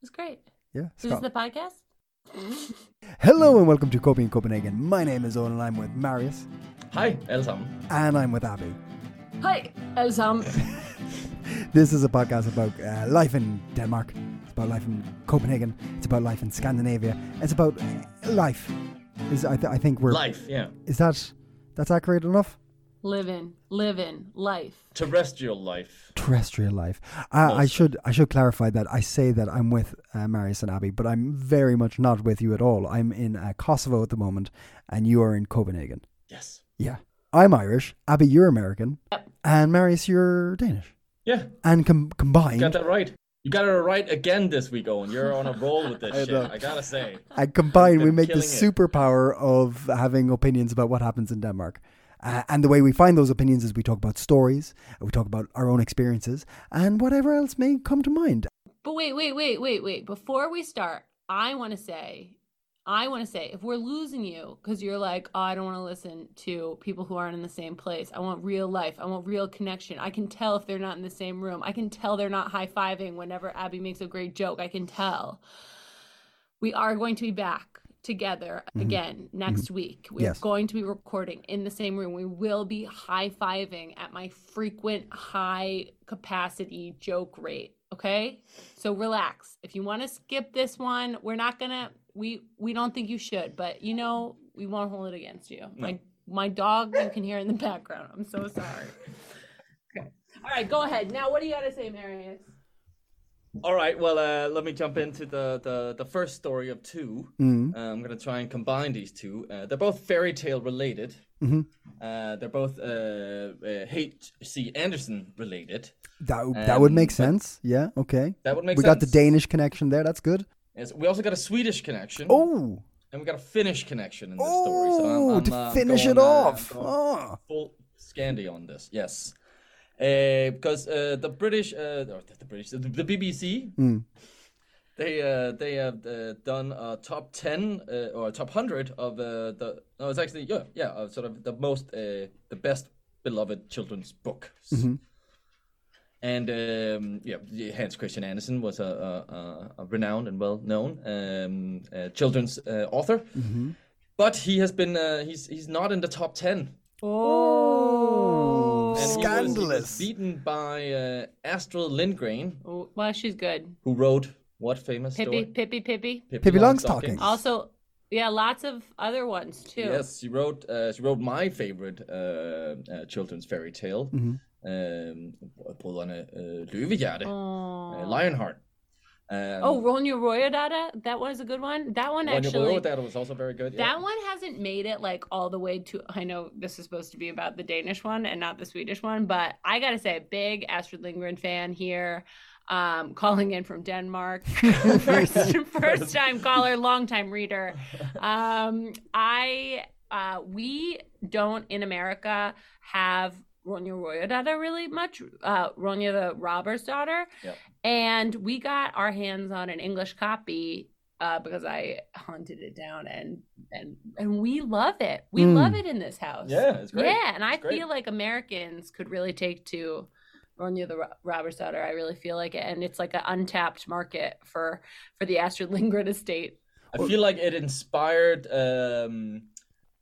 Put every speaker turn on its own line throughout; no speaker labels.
was great.
Yeah.
Is this the podcast?
Hello and welcome to Copy in Copenhagen. My name is Owen and I'm with Marius
Hej alle sammen.
and I'm with Abby.
Hej alle sammen.
This is a podcast about uh, life in Denmark. It's about life in Copenhagen. It's about life in Scandinavia. It's about uh, life. Is I, th- I think we're
Life, yeah.
is that that's accurate enough?
Living, living, life.
Terrestrial life.
Terrestrial life. I, I
Yes.
should I should clarify that I say that I'm with uh, Marius and Abby, but I'm very much not with you at all. I'm in uh, Kosovo at the moment, and you are in Copenhagen.
Yes.
Yeah. I'm Irish. Abby, you're American. And Marius, you're Danish.
Yeah,
And com-
got
combined,
that right. You got it right again this week, Owen. You're on a roll with this
I
shit.
know.
I gotta say.
and combined, we
Been
make the
killing it.
superpower of having opinions about what happens in Denmark. Uh, and the way we find those opinions is we talk about stories, we talk about our own experiences, and whatever else may come to mind.
But wait, wait, wait, wait, wait. Before we start, I want to say, I want to say, if we're losing you because you're like, oh, I don't want to listen to people who aren't in the same place. I want real life. I want real connection. I can tell if they're not in the same room. I can tell they're not high fiving whenever Abby makes a great joke. I can tell. We are going to be back together again next week. We're
Yes.
going to be recording in the same room. We will be high fiving at my frequent high capacity joke rate. Okay. So relax. If you want to skip this one, we're not gonna. We we don't think you should, but you know we won't hold it against you. My my dog you can hear in the background. I'm so sorry. Okay. All right, go ahead. Now, what do you got to say, Marius?
All right, well, uh, let me jump into the, the, the first story of two.
Mm,
Uh, I'm gonna try and combine these two. Uh, they're both fairy tale related.
Mm-hmm.
Uh, they're both uh, uh, H.C. Anderson related.
That, that would
Um,
make
but-
sense. Yeah, okay.
That would make
we
sense.
got the Danish connection there. That's good.
Yes, we also got a Swedish connection.
Oh,
And we got a Finnish connection in this story. So I'm-
oh
I'm,
to
uh,
finish
going,
it
uh,
off.
going-
Oh.
full Scandi on this. Yes, uh, because uh, the British, uh, or the British, the, the BBC, they uh, they have uh, done a top ten uh, or a top hundred of uh, the. No, it's actually yeah, yeah, uh, sort of the most, uh, the best beloved children's book. And um, yeah, Hans Christian Andersen was a, a- a, a renowned and well-known um, uh, children's uh, author, but he has been uh, he's he's not in the top ten
Oh,
and he was- He was,
Scandalous.
beaten by uh, Astrid Lindgren,
Oh, well, she's good.
who wrote what famous
Pippi, Oh,
story?
Pippi, Pippi.
Pippi,
Pippi Longstocking.
Also, yeah, lots of other ones too.
Yes, she wrote. Uh, she wrote my favorite uh, uh, children's fairy tale, um, Brødrene uh, Løvehjerte, uh, Lionheart. Um,
Oh, Ronja Royodata, that was a good one. That one
Ronja
actually.
Røverdatter was also very good. yeah.
That one hasn't made it like all the way to. I know this is supposed to be about the Danish one and not the Swedish one, but I gotta say, big Astrid Lindgren fan here, um, calling in from Denmark, first first time caller, long time reader. Um, I uh, we don't in America have Ronja Royodata really much. Uh, Ronja the Robber's daughter,
Yep.
and we got our hands on an English copy uh, because I hunted it down and and and we love it. We
Mm.
love it in this house.
Yeah, it's great.
Yeah, and I
It's great.
feel like Americans could really take to Ronya the Ro- Robber's daughter. I really feel like it, and it's like an untapped market for for the Astrid Lindgren estate.
I feel like it inspired um,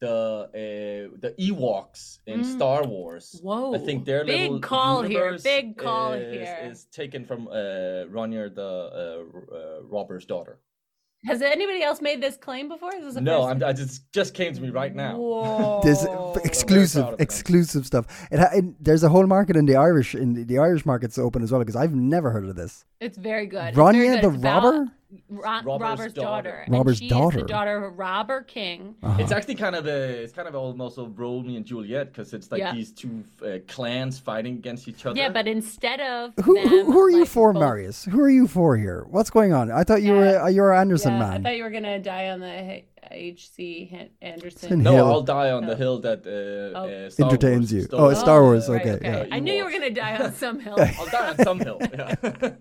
the uh, the Ewoks in
Mm.
Star Wars.
Whoa!
I think their
big
little
call here.
universe
Big call
is,
here.
is taken from uh, Ronja the uh, r- uh, robber's daughter.
Has anybody else made this claim before? Is this the
No,
first-
I'm, I just just came to me right now.
Whoa.
There's
proud
exclusive,
of them.
exclusive stuff. It, ha- it there's a whole market in the Irish, in the, the Irish market's open as well because I've never heard of this.
It's very good. It's
Ronja
very good.
the
It's about
robber?
Ro-
Robber's
robber's,
daughter.
daughter. And
Robber's
she
daughter.
Is the daughter of Robber King.
It's actually kind of a, it's kind of almost a Romeo and Juliet because it's like
Yeah.
these two uh, clans fighting against each other.
Yeah, but instead of
Who,
them,
who, who are you
like,
for,
both-
Marius? Who are you for here? What's going on? I thought you were uh, you're Anderson
Yeah, I
man.
thought you were gonna die on the H- H.C. Han- Anderson.
in
no,
Hill.
I'll die on the hill that uh, uh, Star
Entertains
Wars
you.
stole.
Oh, it's Star Wars.
Oh, right,
okay.
okay.
Yeah.
I knew you were gonna die on some hill.
I'll die on some hill. Yeah.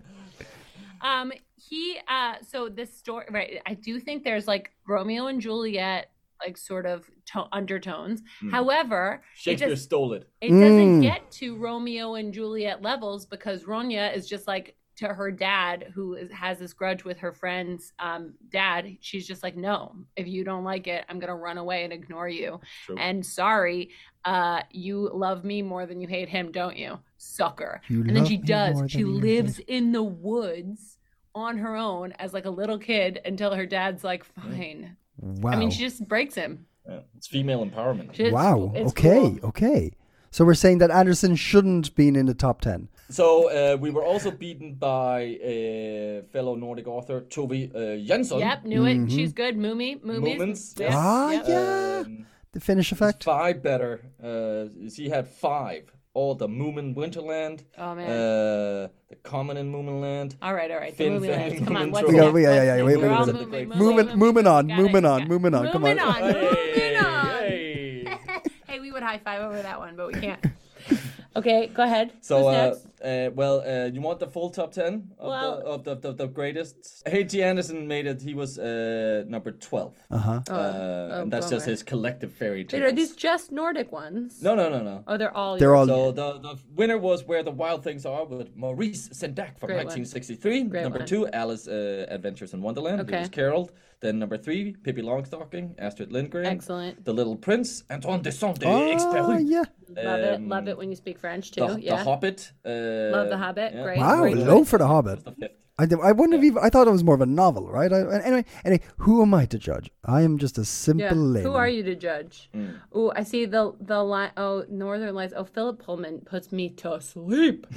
um, he uh, so this story, right? I do think there's like Romeo and Juliet, like sort of to- undertones. However, it
Shakespeare
just
stole it.
it doesn't
Mm.
get to Romeo and Juliet levels because Ronja is just like to her dad, who is, has this grudge with her friend's um, dad, she's just like, no, if you don't like it, I'm going to run away and ignore you.
True.
And sorry, uh, you love me more than you hate him, don't you? Sucker.
You
and then
love
she
me
does.
more
She
than you
lives in the woods on her own as like a little kid until her dad's like, fine.
Wow.
I mean, she just breaks him.
Yeah, it's female empowerment.
She- it's-
wow.
it's
okay.
cool.
Okay. So we're saying that Anderson shouldn't be in the top ten.
So uh, we were also beaten by a fellow Nordic author Toby uh,
Oh.
Jansson.
Yep, knew
Mm-hmm.
it. She's good. Moomy, Moomies.
Moments, yes.
Ah,
Yep.
yeah.
Um,
The finish effect.
five better. Uh, she had five. All the Moomin Winterland.
Oh, man. Ah,
Uh, the Common in Moominland.
All right, all right. The
Fin
movie
Fan
land. Come on,
Movement
what's
Troll.
next?
We got- yeah, yeah, yeah,
What's
wait,
next?
wait,
We're
wait,
all
wait.
moving,
Moving- moving on,
Got it,
moving on,
got it.
moving on, come on.
Moving on, moving on.
Hey.
Hey, we would high five over that one, but we can't. Okay, go ahead.
So,
Who's
uh,
next?
uh, well, uh, you want the full top 10 of,
Well-
the, of the, the, the greatest? H.G. Anderson made it. He was uh, number 12.
Uh-huh.
Uh, and that's just
Oh, bummer.
his collective fairy
Wait,
tales.
are these just Nordic ones?
No, no, no, no.
Oh, they're all.
They're all
So the, the winner was Where the Wild Things Are with Maurice Sendak from
Great one.
1963.
Great
number
one.
two, Alice uh, Adventures in Wonderland,
Okay.
Lewis Carroll. Then number three, Pippi Longstocking, Astrid Lindgren.
Excellent.
The Little Prince, Antoine de Saint
Oh,
Exupéry.
yeah.
Love it. Love
Um,
it when you speak French too.
The, the
yeah.
Hobbit. Uh, Love
the Hobbit, great.
Wow,
Great.
low for the Hobbit.
The fifth.
I, d- I wouldn't have even. I thought it was more of a novel, right? I, anyway, anyway, who am I to judge? I am just a simple
yeah.
layman.
Who are you to judge?
Mm.
Oh, I see the the line. Oh, Northern Lights. Oh, Philip Pullman puts me to sleep.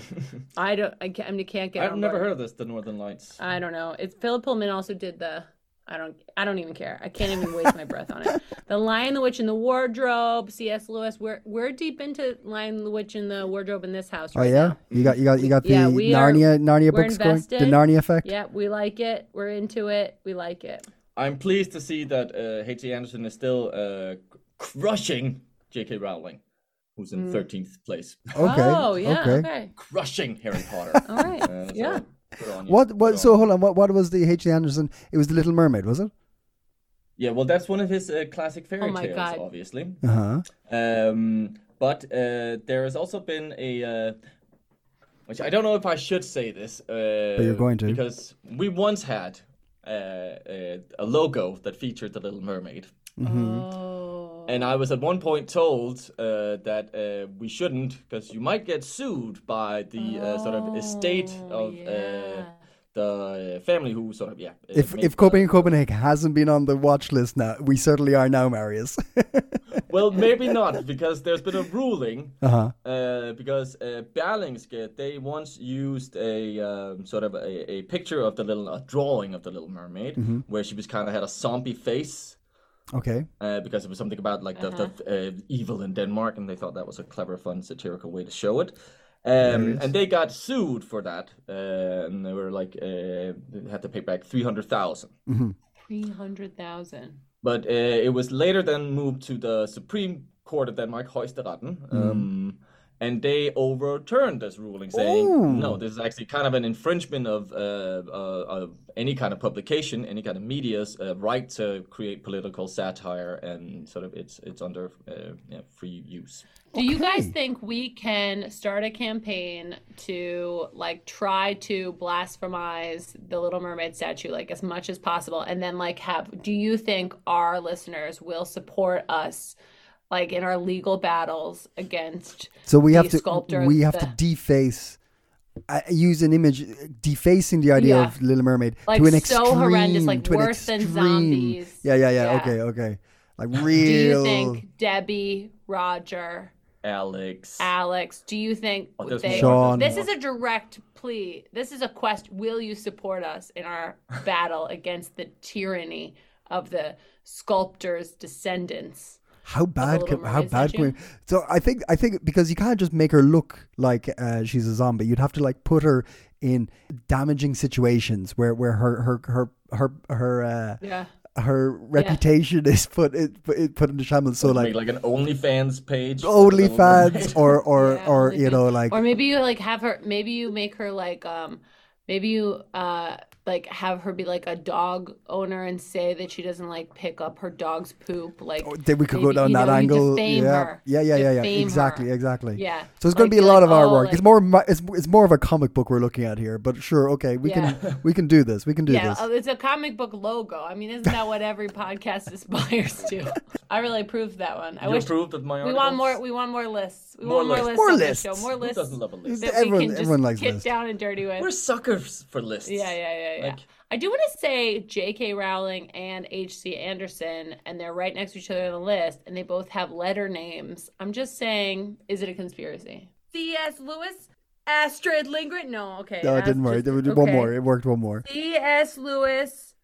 I don't. I can't, I can't get.
I've
on Uh,
never
board.
heard of this, The Northern Lights.
I don't know. It's Philip Pullman also did the. I don't. I don't even care. I can't even waste my breath on it. The Lion, the Witch, and the Wardrobe. C.S. Lewis. We're we're deep into Lion, the Witch, and the Wardrobe in this house.
Oh
right
yeah,
now.
you got you got you got the
Yeah, we are-
Narnia Narnia
we're
books going. The
invested.
Narnia effect.
Yeah, we like it. We're into it. We like it.
I'm pleased to see that uh, H.G. Anderson is still uh, c- crushing J.K. Rowling, who's
Mm.
in 13th place.
Okay.
Oh yeah. Okay.
Okay.
crushing Harry Potter.
All right.
Uh, so
yeah.
good on you,
What
good
what?
on
So
you.
hold on. What what was the H.G. Anderson? It was the Little Mermaid, was it?
Yeah, well, that's one of his uh, classic fairy
Oh my
tales,
God.
obviously.
Uh huh.
Um, but uh, there has also been a, uh, which I don't know if I should say this, uh,
you're going to.
because we once had uh, a, a logo that featured the Little Mermaid.
Mm-hmm.
Oh.
And I was at one point told uh, that uh, we shouldn't, because you might get sued by the uh, sort of estate
Oh,
of uh,
yeah.
the family who sort of yeah. uh,
If
made
if
the-
Copenhagen Copenhagen hasn't been on the watch list now, we certainly are now, Marius.
well, maybe not, because there's been a ruling.
uh-huh.
Uh, because uh, Berlingske, they once used a um, sort of a, a picture of the little, a drawing of the Little Mermaid, where she was kind of had a zombie face,
Okay.
uh, because it was something about like the, the uh, evil in Denmark, and they thought that was a clever, fun, satirical way to show it. Um, and they got sued for that, uh, and they were like uh, they had to pay back three hundred thousand.
Mm-hmm.
Three hundred thousand.
But uh, it was later then moved to the Supreme Court of Denmark, Højesteretten,
Mm.
um, and they overturned this ruling, saying,
Ooh.
"No, this is actually kind of an infringement of, uh, uh, of any kind of publication, any kind of media's uh, right to create political satire, and sort of it's it's under uh, yeah, free use."
Do you guys
Okay.
think we can start a campaign to like try to blasphemize the Little Mermaid statue like as much as possible and then like have do you think our listeners will support us like in our legal battles against
So we
the
have to
sculptor
we have
the-
to deface, uh, use an image defacing the idea
Yeah.
of Little Mermaid
Like,
to an extreme,
so horrendous, like,
to an
worse than
extreme.
zombies.
Yeah, yeah, yeah,
Yeah.
Okay, okay. Like
Do
real.
you think Debbie, Roger,
Alex,
Alex, do you think
Oh, there's
they
more, there's
This is a direct plea. This is a quest. Will you support us in our battle against the tyranny of the sculptor's descendants?
How bad?
Little
Can, how
Mermaid
bad? Can we,
statue?
so I think I think because you can't just make her look like uh, she's a zombie. You'd have to like put her in damaging situations where where her her her her her uh,
Yeah.
her reputation is put it, put- it put into shambles. So
like,
like
like an OnlyFans page, for the Little
OnlyFans
Mermaid.
or or
Yeah,
or
OnlyFans.
you know like
Or maybe you like have her. Maybe you make her like um. Maybe you uh like have her be like a dog owner and say that she doesn't like pick up her dog's poop. Like
Oh, then we could go
maybe,
down
you
that
know, you
angle.
defame
yeah.
her.
yeah, yeah, yeah, yeah,
Defame her.
Exactly, exactly.
Yeah.
So it's
Like,
going to be a
be
lot
like,
of our
"Oh,
work.
like-
it's more, mi- it's it's more of a comic book we're looking at here. But sure, okay, we can we can do this. We can do
Yeah,
this.
oh, it's a comic book logo. I mean, isn't that what every podcast aspires to? I really proved that one. I
You
wish
approved of my
we
articles?
want more. We want more lists. We
More
want more
lists.
lists.
More
on this
lists.
Show. More
Who
lists.
doesn't love a list?
that we
Everyone-
can just
everyone likes
get
lists.
down and dirty with.
We're suckers for lists.
Yeah, yeah, yeah, yeah.
Like-
I do want to say J.K. Rowling and H.C. Anderson, and they're right next to each other on the list, and they both have letter names. I'm just saying, is it a conspiracy? C.S. Lewis, Astrid Lindgren. No, okay.
no, it
that's
didn't work.
just-
There was one
okay.
more. It worked one more.
C.S. Lewis,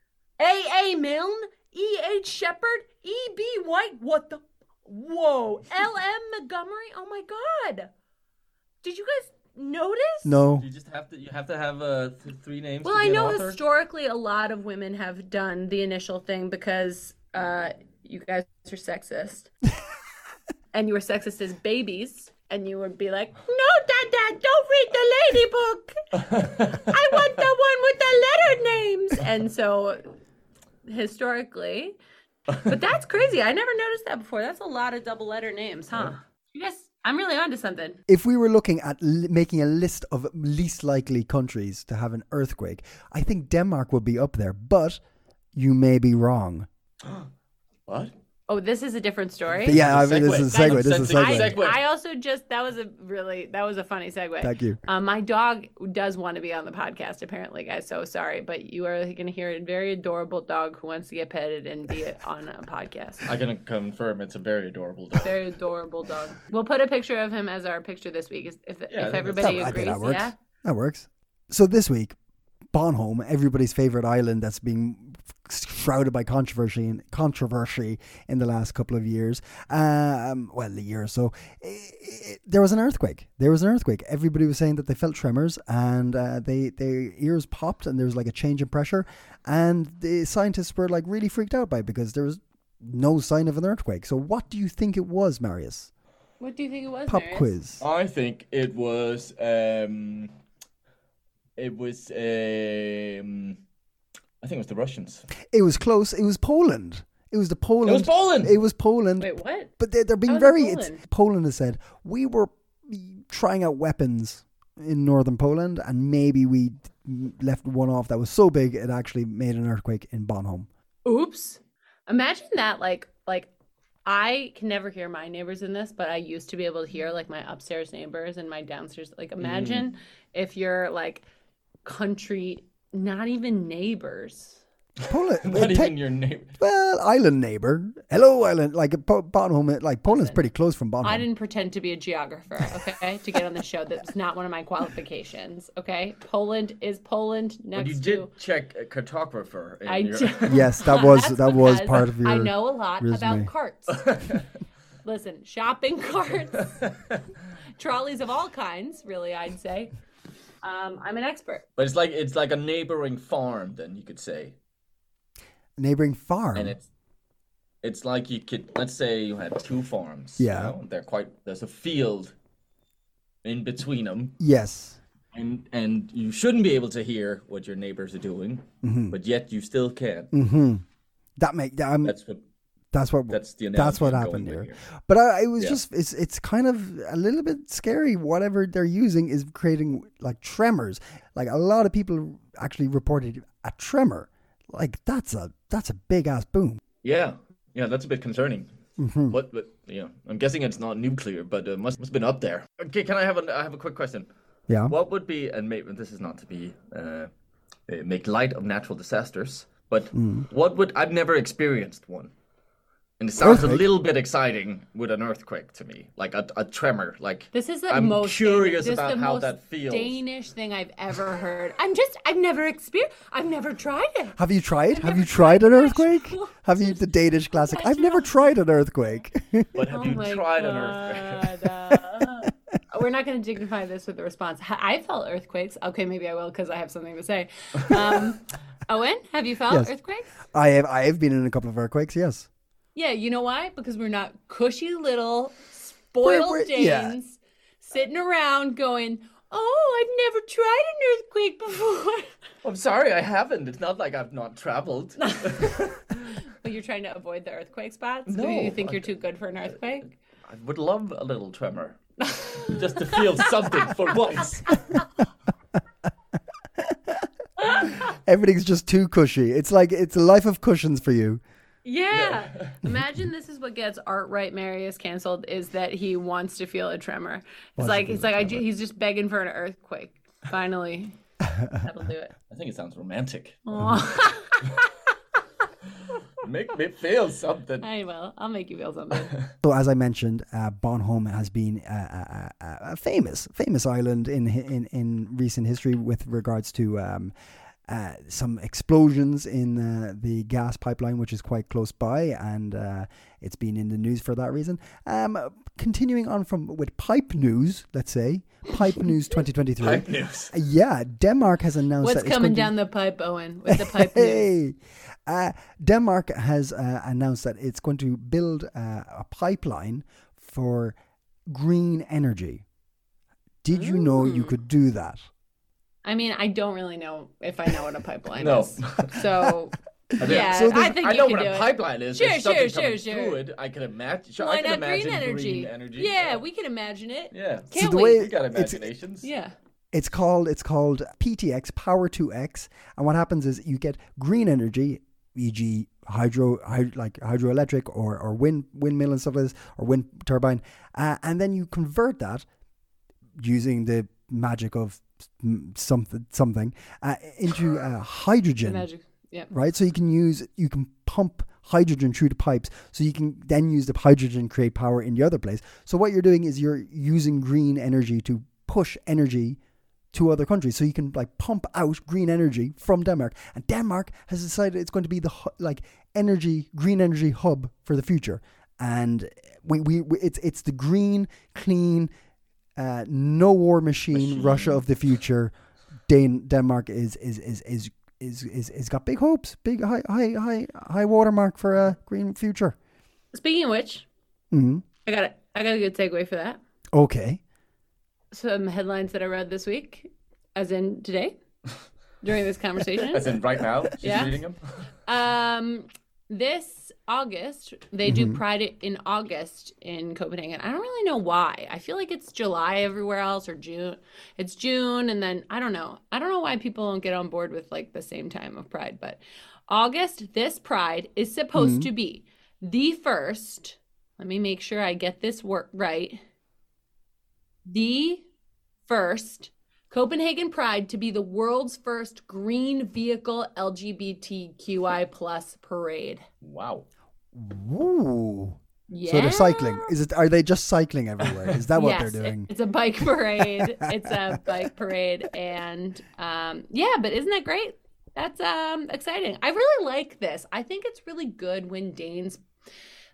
A.A. Milne, E.H. Shepard, E.B. White. What the? Whoa. L.M. Montgomery. Oh my God. Did you guys notice?
No.
You just have to. You have to have uh, th- three names.
Well,
to be
I
an
know
author.
historically a lot of women have done the initial thing because uh, you guys are sexist. and you were sexist as babies. And you would be like, no, Dad, Dad, don't read the lady book. I want the one with the letter names. And so, historically, but that's crazy. I never noticed that before. That's a lot of double letter names, huh? You guys, I'm really onto something.
If we were looking at l- making a list of least likely countries to have an earthquake, I think Denmark would be up there. But you may be wrong.
What?
Oh, this is a different story.
But yeah, I
That's a
mean, this
segue.
is a segue. This is a
That's a
segue.
segue.
I also just that was a really that was a funny segue.
Thank you.
Um, my dog does want to be on the podcast, apparently, guys. So sorry, but you are going to hear a very adorable dog who wants to get petted and be on a podcast.
I can confirm it's a very adorable dog.
Very adorable dog. We'll put a picture of him as our picture this week. If, if,
Yeah, I
if
think
everybody
That- I
agrees,
think that works.
yeah.
That works. So this week, Bonholm, everybody's favorite island that's been shrouded by controversy and controversy in the last couple of years, um, well, a year or so, i i there was an earthquake. There was an earthquake. Everybody was saying that they felt tremors and uh, they their ears popped and there was like a change in pressure, and the scientists were like really freaked out by it because there was no sign of an earthquake. So what do you think it was, Marius?
What do you think it was?
Pop
Marius?
quiz.
I think it was. Um, it was. Um, I think it was the Russians.
It was close. It was Poland. It was the Poland.
It was Poland.
It was Poland.
Wait, what?
but they're, they're
How
being
is it
very. It's,
Poland?
Poland has said we were trying out weapons in northern Poland, and maybe we left one off that was so big it actually made an earthquake in Bonholm.
Oops. Imagine that like like I can never hear my neighbors in this, but I used to be able to hear like my upstairs neighbors and my downstairs
Mm.
like imagine if you're like country not even neighbors.
Poland,
Not
te-
even your neighbor.
well, island neighbor. Hello, island. Like Po- Bonholm, like Poland's pretty close from Bonholm.
I didn't pretend to be a geographer, okay, to get on the show. That's not one of my qualifications, okay? Poland is Poland
But
next
you
to
did check a cartographer. In
I
your,
did.
Yes, that was
That's
that was
because
part of your.
I know a lot
resume.
about carts. Listen, shopping carts, trolleys of all kinds, really, I'd say. Um, I'm an expert.
But it's like it's like a neighboring farm. Then you could say,
neighboring farm.
and it's it's like you could let's say you had two farms.
Yeah.
You know, they're quite. There's a field in between them.
yes,
and and you shouldn't be able to hear what your neighbors are doing,
Mm-hmm.
but yet you still can.
that make that, um,
That's what
that's what
that's the analogy
that's what
I'm
happened
going
here.
with
But I, it was
Yeah.
just it's it's kind of a little bit scary. Whatever they're using is creating like tremors. Like a lot of people actually reported a tremor. Like that's a that's a big ass boom.
Yeah, yeah, that's a bit concerning.
Mm-hmm.
What, but yeah, I'm guessing it's not nuclear, but uh, must must have been up there. Okay, can I have a I have a quick question?
Yeah.
What would be and maybe this is not to be uh, uh, make light of natural disasters, but
Mm.
what would I've never experienced one. And it sounds
Earthquake?
a little bit exciting with an earthquake to me, like a, a tremor, like
This is the
I'm
most
curious
this is
about
the
how
most
that feels.
Danish thing I've ever heard. I'm just I've never experienced. I've never tried it.
Have you tried? Have
never
you tried an
tried
earthquake?
that.
Have you the Danish classic? I've never tried an earthquake.
But have
Oh
you
my
tried
God.
an earthquake?
uh, we're not going to dignify this with a response. H- I felt earthquakes. Okay, maybe I will because I have something to say. Um, Owen, have you felt
Yes.
earthquakes?
I have I have been in a couple of earthquakes. Yes.
Yeah, you know why? Because we're not cushy little spoiled
We're- we're- yeah.
Danes sitting around going, Oh, I've never tried an earthquake before.
I'm sorry, I haven't. It's not like I've not traveled.
but you're trying to avoid the earthquake spots?
No,
Do you think
I-
you're too good for an
Uh,
earthquake?
I would love a little tremor. Just to feel something for once.
Everything's just too cushy. It's like it's a life of cushions for you.
Yeah. Imagine this is what gets Art Right Marius canceled is that he wants to feel a tremor. It's like he's like I ju- he's just begging for an earthquake. Finally. That'll do it.
I think it sounds romantic.
Aw.
Make me feel something.
I will. I'll make you feel something.
So, as I mentioned, uh, Bonholm has been a, a, a, a famous, famous island in hi- in in recent history with regards to um, uh, some explosions in uh, the gas pipeline, which is quite close by, and uh, it's been in the news for that reason. Um, continuing on from with pipe news, let's say pipe news 2023.
Pipe news.
Yeah, Denmark has announced
What's
that it's
coming
going to-
down the pipe, Owen, with the pipe news?
Hey, uh, Denmark has uh, announced that it's going to build uh, a pipeline for green energy. Did you know you could do that?
I mean, I don't really know if I know what a pipeline
No.
is. So
don't.
yeah,
So
I
there's-
think
I
you
know
can
what
do
a
it.
pipeline is.
Sure,
There's something
sure,
coming
sure, sure.
through it. I can imagine. Sure,
Why
I can
not
imagine
green energy?
energy.
Yeah, we can imagine it.
Yeah.
Can't
the
we?
way-
You got
It's-
imaginations.
Yeah.
It's called it's called PTX Power 2X, and what happens is you get green energy, e.g. hydro, hy- like hydroelectric or or wind windmill and stuff like this, or wind turbine, uh, and then you convert that using the magic of mm, something something uh, into uh, hydrogen
Magic. Yeah.
right? So you can use you can pump hydrogen through the pipes, so you can then use the hydrogen to create power in the other place. So what you're doing is you're using green energy to push energy to other countries, so you can like pump out green energy from Denmark. And Denmark has decided it's going to be the hu- like energy green energy hub for the future. And we, we, we it's it's the green clean. Uh, no war machine, Russia of the future. Dan- Denmark is is is is is is is got big hopes, big high high high high watermark for a green future.
Speaking of which,
Mhm.
I got it. I got a good segue for that.
Okay,
Some headlines that I read this week, as in today, during this conversation.
As in right now, she's
Yeah.
reading them.
Um, this August they
Mm-hmm.
do Pride in August in Copenhagen. I don't really know why. I feel like it's July everywhere else or June. It's June, and then I don't know. I don't know why people don't get on board with like the same time of Pride, but August this Pride is supposed to be the first. Let me make sure I get this work right. The first Copenhagen Pride to be the world's first green vehicle LGBTQI plus parade.
Wow.
Ooh.
Yeah.
So they're cycling. Is it? Are they just cycling everywhere? Is that what
yes,
they're doing?
it- it's a bike parade. it's a bike parade, and um, yeah, but isn't that great? That's um, exciting. I really like this. I think it's really good when Danes,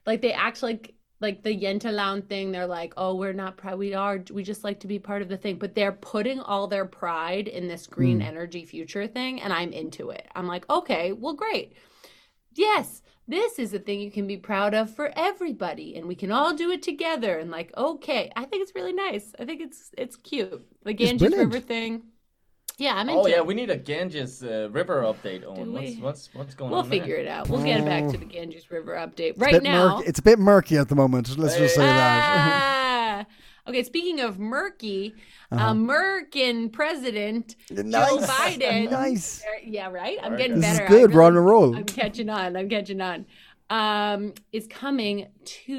like they act like like the Yentalown thing. They're like, oh, we're not proud. We are. We just like to be part of the thing. But they're putting all their pride in this green
Mm.
energy future thing, and I'm into it. I'm like, okay, well, great. Yes, this is a thing you can be proud of for everybody, and we can all do it together. And like, okay, I think it's really nice. I think it's it's cute. The Ganges
brilliant.
River thing. Yeah, I'm into.
Oh yeah,
it.
we need a Ganges uh, River update, Owen. What's
we?
what's what's going
we'll
on? there?
figure it out. We'll get it back to the Ganges River update right
bit
now.
murky. Oh. It's a bit murky at the moment. Let's just say that.
Ah! Okay, speaking of murky,
Uh-huh.
American President Joe
Nice.
Biden.
Nice.
Yeah, right. I'm getting
This is
better. I
good. We're on
really-
a roll.
I'm catching on. I'm catching on. Um, is coming to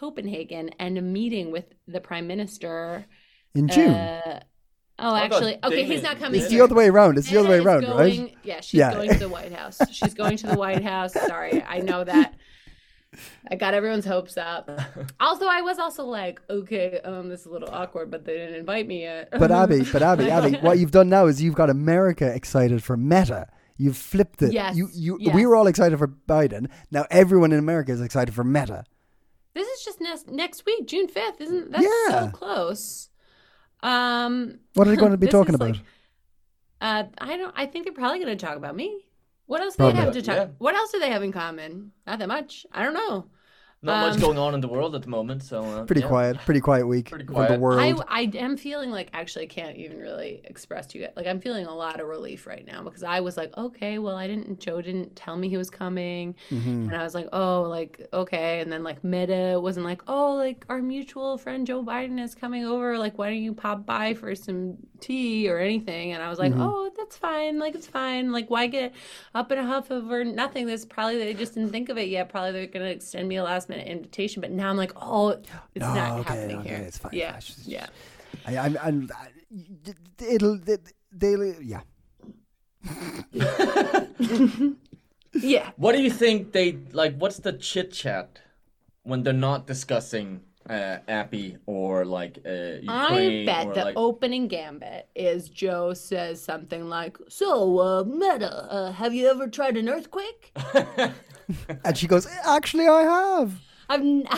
Copenhagen and a meeting with the prime minister.
In June,
Uh, oh,
I thought
actually, okay, he's
Danish-
not coming.
it's the other way around. It's the other way
Anna
around,
is
right?
going- Yeah, she's
Yeah.
going to the White House. She's going to the White House. Sorry, I know that. I got everyone's hopes up. Also, I was also like, okay, um, this is a little awkward, but they didn't invite me yet.
But Abby, but Abby, Abby, what you've done now is you've got America excited for Meta. You've flipped it.
Yes,
You, you,
yes.
we were all excited for Biden. Now everyone in America is excited for Meta.
this is just next next week, June fifth. Isn't that's
Yeah.
so close? Um,
What are they going to be
This
talking
is like-
about?
uh, I don't. I think they're probably going to talk about me. What else do
Probably.
they have to talk?
Yeah.
What else do they have in common? Not that much. I don't know.
Not much going on in the world at the moment, so uh,
Pretty
yeah.
quiet, pretty quiet week
Pretty
for the
quiet.
world.
I, I am feeling like actually I can't even really express to you like I'm feeling a lot of relief right now because I was like okay well I didn't Joe didn't tell me he was coming
Mm. Mm-hmm.
and I was like oh like okay and then like Meta wasn't like oh like our mutual friend Joe Biden is coming over like why don't you pop by for some tea or anything and I was like
Mm-hmm.
oh that's fine like it's fine like why get up in a huff over nothing that's probably they just didn't think of it yet probably they're gonna extend me a last minute invitation but now I'm like oh it's
No,
not
okay,
happening
okay,
here
it's fine,
yeah
it's just-
yeah.
I, I'm, I'm, I, it'll, they, they, yeah.
Yeah.
What do you think they like? What's the chit chat when they're not discussing uh, Appy or like uh,
I
Ukraine
bet
or
the
like?
opening gambit is Joe says something like, So, uh, Meta, uh, have you ever tried an earthquake?
And she goes, actually, I have.
I've, n- I,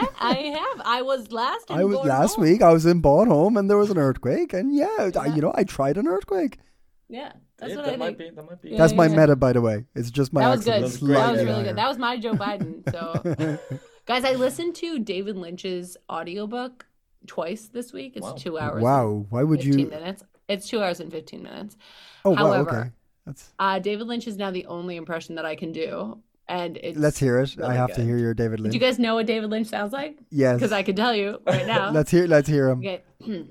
ha- I have. I was last. in
I was
Bornholm."
last week. I was in Bornholm, and there was an earthquake, and yeah, I, you know, I tried an earthquake.
Yeah. That's
Yeah,
what
that
I
might
think.
be. That might be.
That's my
yeah.
meta, by the way. It's just my
That was
accent
good.
is
That was
slightly
really
higher.
good. That was my Joe Biden. So, guys, I listened to David Lynch's audiobook twice this week. It's
Wow.
two hours. And
wow. Why would
15
you?
minutes. It's two hours and 15 minutes.
Oh, wow.
However,
Okay. That's,
Uh, David Lynch is now the only impression that I can do. And it's,
let's hear it. I have to
good.
hear your David Lynch.
Do you guys know what David Lynch sounds like?
yes.
Because I can tell you right now.
Let's hear. Let's hear him.
okay.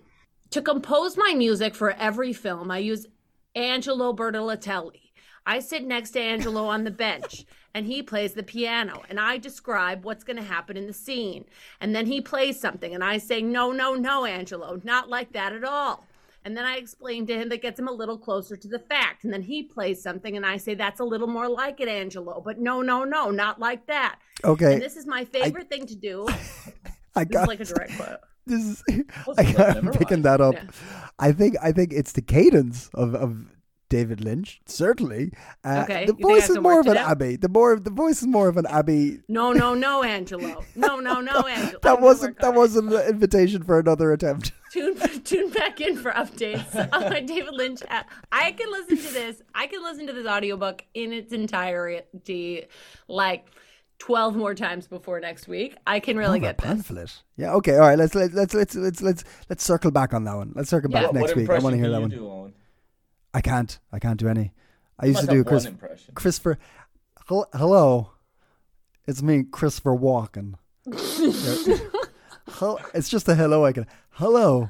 to compose my music for every film, I use Angelo Bertolatelli. I sit next to Angelo on the bench, and he plays the piano, and I describe what's going to happen in the scene. And then he plays something, and I say, No, no, no, Angelo, not like that at all. And then I explain to him that gets him a little closer to the fact. And then he plays something, and I say, That's a little more like it, Angelo, but no, no, no, not like that.
Okay.
And this is my favorite thing to do.
I
This
got
is like a direct quote.
this. Is,
Wasn't
I
that
got, I'm
clever?
picking that up.
Yeah.
I think. I think it's the cadence of. of David Lynch, certainly. Uh,
Okay, you
The
think I have
voice is
to
more
work
of
it
an
out?
Abbey. The more the voice is more of an Abbey
No, no, no, Angelo. No, no, no, Angelo. I'm
that
gonna
wasn't
work
that
on it.
wasn't an invitation for another attempt.
Tune, tune back in for updates on my David Lynch. app. I can listen to this. I can listen to this audiobook in its entirety, like twelve more times before next week. I can really
More of
get
a
this.
Oh, pamphlet. Yeah. Okay. All right. Let's let's let's let's let's let's let's circle back on that one. Let's circle
Yeah.
back
what
next
what
week. I want to
impression
hear
can
that
you
one.
do, Owen?
I can't. I can't do any. I used
Must
to do
have
Chris
one impression.
Christopher. hel- Hello, it's me, Christopher Walken. Hel- it's just a hello. I can. Hello.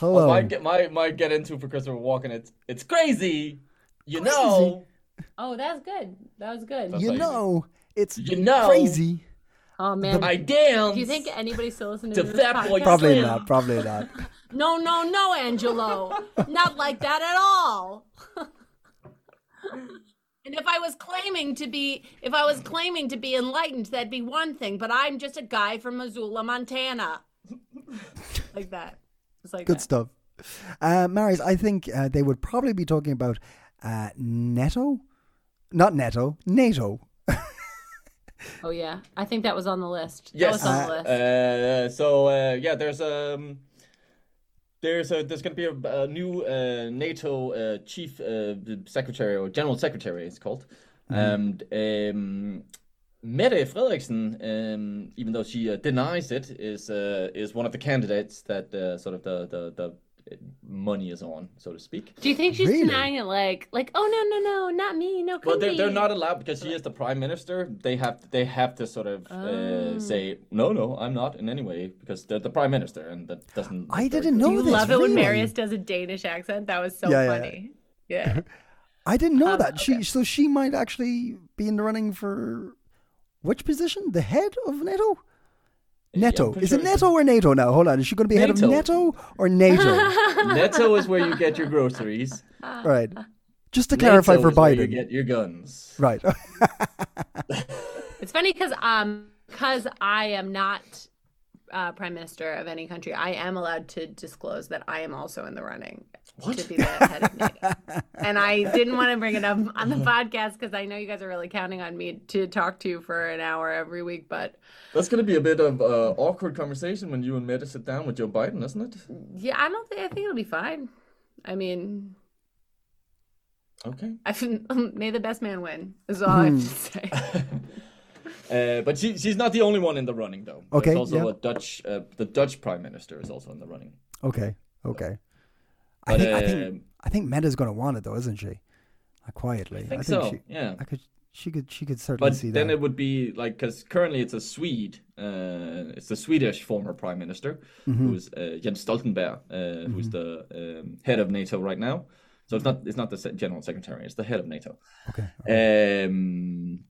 Hello.
My Oh, get my my get into for Christopher Walken. It's it's crazy. You know.
Oh, that's good. That was good.
That's-
you
like-
know it's
You know.
crazy.
Oh man.
I dance.
do you think anybody still listens
The
to this
Fat Boy
podcast?
Probably
Slim.
not. Probably not.
No, no, no, Angelo. Not like that at all. and if I was claiming to be if I was claiming to be enlightened, that'd be one thing, but I'm just a guy from Missoula, Montana. like that. It's like
Good
that.
stuff. Uh, Marius, I think uh, they would probably be talking about uh, Neto, not Neto, NATO.
Oh yeah. I think that was on the list.
Yes.
That was on the list.
Uh, so uh, yeah, there's um, there's a there's gonna be a, a new uh, NATO uh, chief uh, secretary or general secretary. It's called. And um, Mette Frederiksen, um, even though she uh, denies it, is uh, is one of the candidates that uh, sort of the, the the money is on, so to speak.
Do you think she's
Really?
denying it like like oh no no no not me no
Well,
couldn't
they're, they're
be."
not allowed because she is the prime minister. They have they have to sort of uh, say no, no, I'm not in any way because they're the prime minister, and that doesn't.
I
look very
didn't
good.
know
Do you
this,
love it when
really.
Marius does a Danish accent? That was so
Yeah, yeah, yeah.
funny. Yeah.
I didn't
Um,
know that. She so she might actually be in the running for which position? The head of NATO. Neto.
pretty
is it
sure it's-
Neto or NATO now? Hold on. Is she going to be head of
NATO.
NATO or NATO?
Netto is where you get your groceries.
right. Just to clarify
NATO
for
is where you
Biden.
get your guns.
Right.
It's funny because um because I am not uh, prime minister of any country, I am allowed to disclose that I am also in the running to be the head of NATO. and I didn't want to bring it up on the podcast because I know you guys are really counting on me to talk to you for an hour every week. But
That's going to be a bit of uh, awkward conversation when you and Meta sit down with Joe Biden, isn't it?
yeah, I don't think I think it'll be fine. I mean,
Okay. Hmm.
I think, may the best man win. Is all I have to say.
Uh, but she, she's not the only one in the running, though.
Okay,
There's also
yeah.
a Dutch, uh, the Dutch prime minister is also in the running.
Okay. Okay. I
But,
think, I
um,
think I think Meta's going to want it though, isn't she? Like, quietly. I
think so,
She,
yeah.
I could. She could. She could certainly
But
see
then
that.
it would be like because currently it's a Swede, uh, it's the Swedish former prime minister
Mm-hmm.
who's uh, Jens Stoltenberg, uh, who's the um, head of NATO right now. So it's not it's not the se- general secretary, it's the head of NATO.
okay.
Um,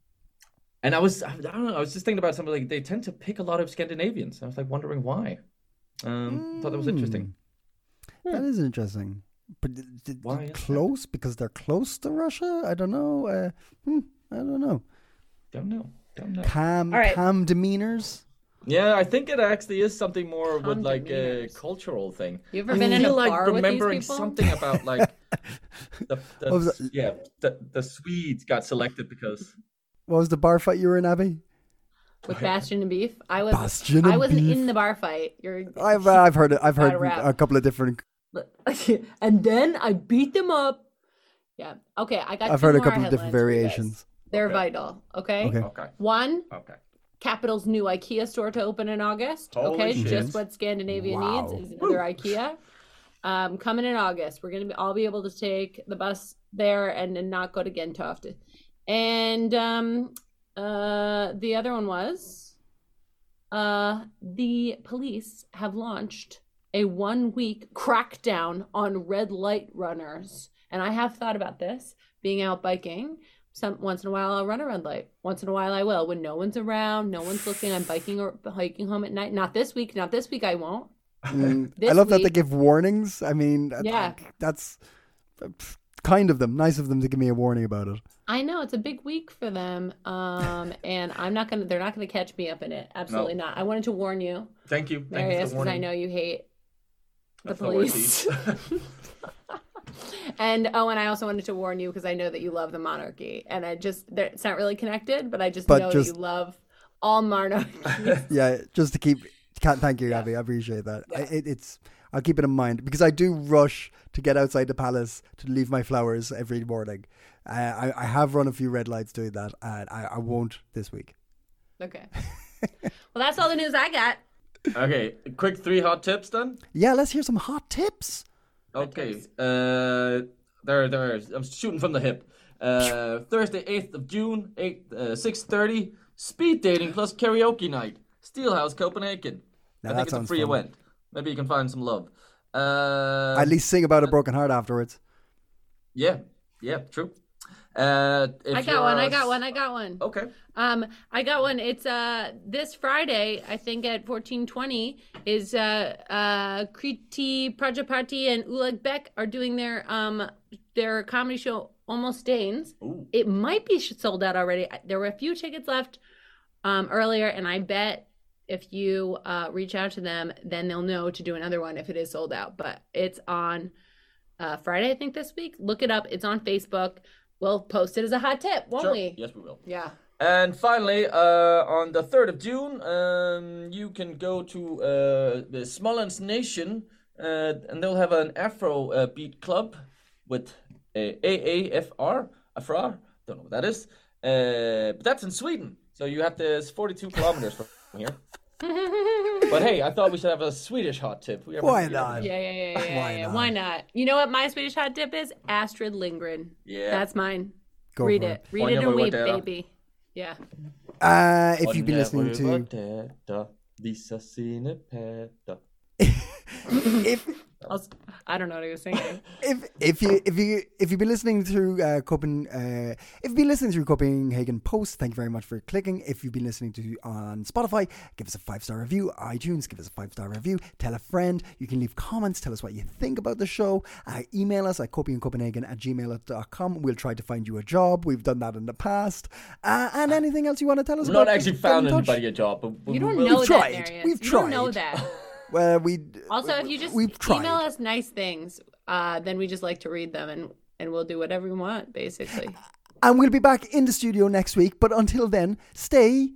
and I was I, I don't know I was just thinking about something like they tend to pick a lot of Scandinavians. I was like wondering why. Um, Thought that was
Mm.
interesting.
Hmm.
That is interesting. But th- th- th-
Why is that?
close because they're close to Russia. I don't know. Uh, hmm, I don't know.
Don't know. Don't know.
Calm,
All right.
calm demeanors.
Yeah, I think it actually is something more with
Calm
like a
demeanors.
cultural thing.
You ever
I
been in a
feel like
bar with these
remembering
people?
something about like the, the
What was that?
yeah the, the Swedes got selected because
What was the bar fight you were in, Abby?
with Bastion and Beef. I was
Bastion
I
and
wasn't
Beef.
in the bar fight. You're
I've uh, I've heard it. I've heard
Gotta wrap.
a couple of different.
and then I beat them up. Yeah. Okay, I got
I've
two
heard a
more
couple of different
headlines for you guys.
variations.
They're
Okay.
vital, okay?
Okay.
okay
One,
okay
Capital's new IKEA store to open in August.
Holy
okay,
shit.
just what Scandinavia
Wow.
needs is another IKEA. Um, coming in August, we're gonna be, all be able to take the bus there and, and not go to Gentoft. And um, uh, the other one was uh, the police have launched a one-week crackdown on red light runners, and I have thought about this being out biking some once in a while I'll run a red light. Once in a while I will. When no one's around, no one's looking, I'm biking or hiking home at night. Not this week. Not this week. I won't.
Mm, I
This
love that they
week-
give warnings. I mean, I
Yeah.
think that's uh, pff, kind of them. Nice of them to give me a warning about it.
I know it's a big week for them, um, and I'm not gonna. They're not gonna catch me up in it. Absolutely not. I wanted to warn you,
thank you thank you
Marius,
for
because I
warning.
know you hate the
That's not what I
police. and oh, and I also wanted to warn you because I know that you love the monarchy, and I just they're- it's not really connected, but I just
But
know
just-
that you love all monarchies.
yeah, just to keep. Can't thank you, Abby. I appreciate that. I, it, it's. I'll keep it in mind because I do rush to get outside the palace to leave my flowers every morning. Uh, I, I have run a few red lights doing that, and I, I won't this week.
okay. Well, that's all the news I got.
okay quick three hot tips then
Yeah, let's hear some hot tips.
okay uh there there I'm shooting from the hip uh Thursday 8th of June 8 uh, 6:30 speed dating plus karaoke night Steelhouse Copenhagen I
that
think it's a
sounds
free
fun.
event maybe you can find some love uh
At least sing about a broken heart afterwards.
Yeah, yeah, true. Uh, if
I
you're
got one.
a
I
s-
got one. I got one.
Okay.
Um, I got one. It's uh this Friday, I think at fourteen twenty is uh uh Kriti Prajapati and Uleg Beck are doing their um their comedy show Almost Danes. It might be sh- sold out already. I- There were a few tickets left um earlier, and I bet if you uh reach out to them, then they'll know to do another one if it is sold out. But it's on uh Friday, I think this week. Look it up. It's on Facebook. We'll post it as a hot tip, won't
Sure.
we?
Yes, we will.
Yeah.
And finally, uh, on the 3rd of June, um, you can go to uh, the Smolensk Nation uh, and they'll have an Afro uh, Beat Club with uh, AAFR. Afrar? Don't know what that is. Uh, but that's in Sweden. So you have to, it's 42 kilometers from here. but hey, I thought we should have a Swedish hot tip. We have a-
Why
we have a-
not?
Yeah, yeah, yeah, yeah.
Why
yeah.
not?
Why not? You know what my Swedish hot tip is? Astrid Lindgren.
Yeah.
That's mine.
Go
Read
for
it.
it.
Read
Oj,
it
jag
and
var
weep,
där.
baby. Yeah.
Uh, if you've been
När
listening to,
rödhäta visar sina päta.
if
I'll, s- I don't know what he was singing.
if if you if you if you've been listening through uh, Copen, uh, if you've been listening through Copenhagen Post, thank you very much for clicking. If you've been listening to on Spotify, give us a five star review. iTunes, give us a five star review. Tell a friend. You can leave comments. Tell us what you think about the show. Uh, email us at copenhagencopenhagen at gmail.com. We'll try to find you a job. We've done that in the past. Uh, and anything else you want to tell us?
We've
about,
not actually
just get in
found
touch.
anybody a job, but we
You don't
will-
know that,
tried.
Marius.
We've
you don't know
tried.
that.
Well, we
Also, if you just
We've tried.
email us nice things, uh, then we just like to read them and, and we'll do whatever we want, basically.
and we'll be back in the studio next week. But until then, stay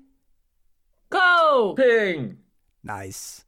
Go!
Ping.
nice.